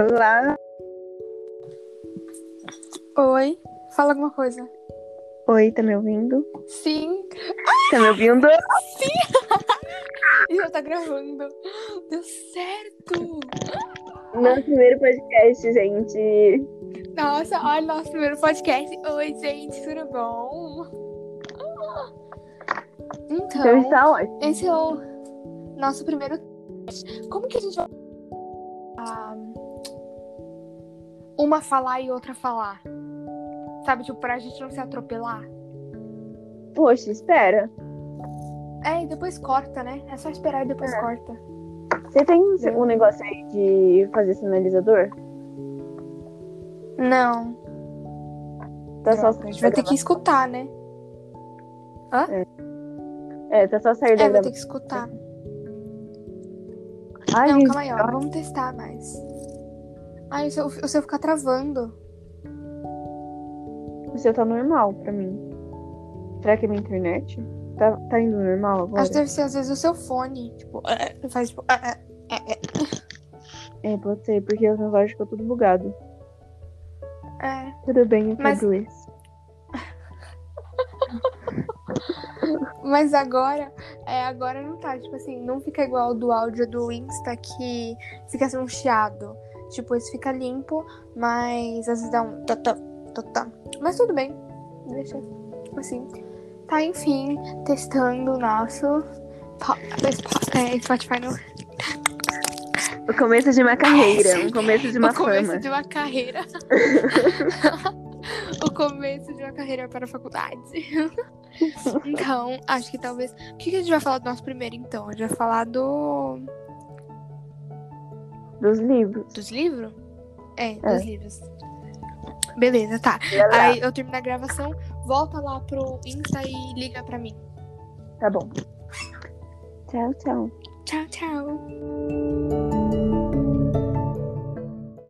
Olá, Oi, fala alguma coisa. oi, tá me ouvindo? Sim, Tá me ouvindo? e eu tá gravando. Deu certo! Nosso primeiro podcast, gente. Nossa, olha o nosso primeiro podcast. Oi, gente, tudo bom? Então Então, está ótimo. esse é o nosso primeiro podcast. Como que a gente vai. Ah, uma falar e outra falar? Sabe, tipo, pra gente não se atropelar? Poxa, espera. É, e depois corta, né? É só esperar e depois É. corta. Você tem um negócio aí de fazer sinalizador? Não. Tá só Droga, a gente vai ter que escutar, né? É, tá só sair É, da vai ter que escutar. Ai, não, gente, calma aí, ó. Vamos testar mais. Ai, o seu, o seu ficar travando. o seu tá normal pra mim. Será que é minha internet? Tá, tá indo normal agora? Acho que deve ser, às vezes, o seu fone. Tipo, é, faz tipo. é, é. É, pode ser, porque os meus olhos ficam tudo bugado. É. Tudo bem, então, eu Mas- quero isso. Mas agora, é, agora não tá. Tipo assim, não fica igual do áudio do Insta que fica assim um chiado. Tipo, esse fica limpo, mas às vezes dá um. totã, totã. tá. Mas tudo bem. Deixa assim. Tá, enfim, testando o nosso. po- po- é, Spotify no O começo de uma carreira, o começo de uma o começo fama. de uma carreira. o começo de uma carreira para a faculdade. então, acho que talvez. O que, que a gente vai falar do nosso primeiro, então? A gente vai falar do... Dos livros. dos livros? É, É. dos livros. Beleza, tá. Olha lá. Aí eu termino a gravação, volta lá pro Insta e liga pra mim. Tá bom. Tchau, tchau. Tchau, tchau.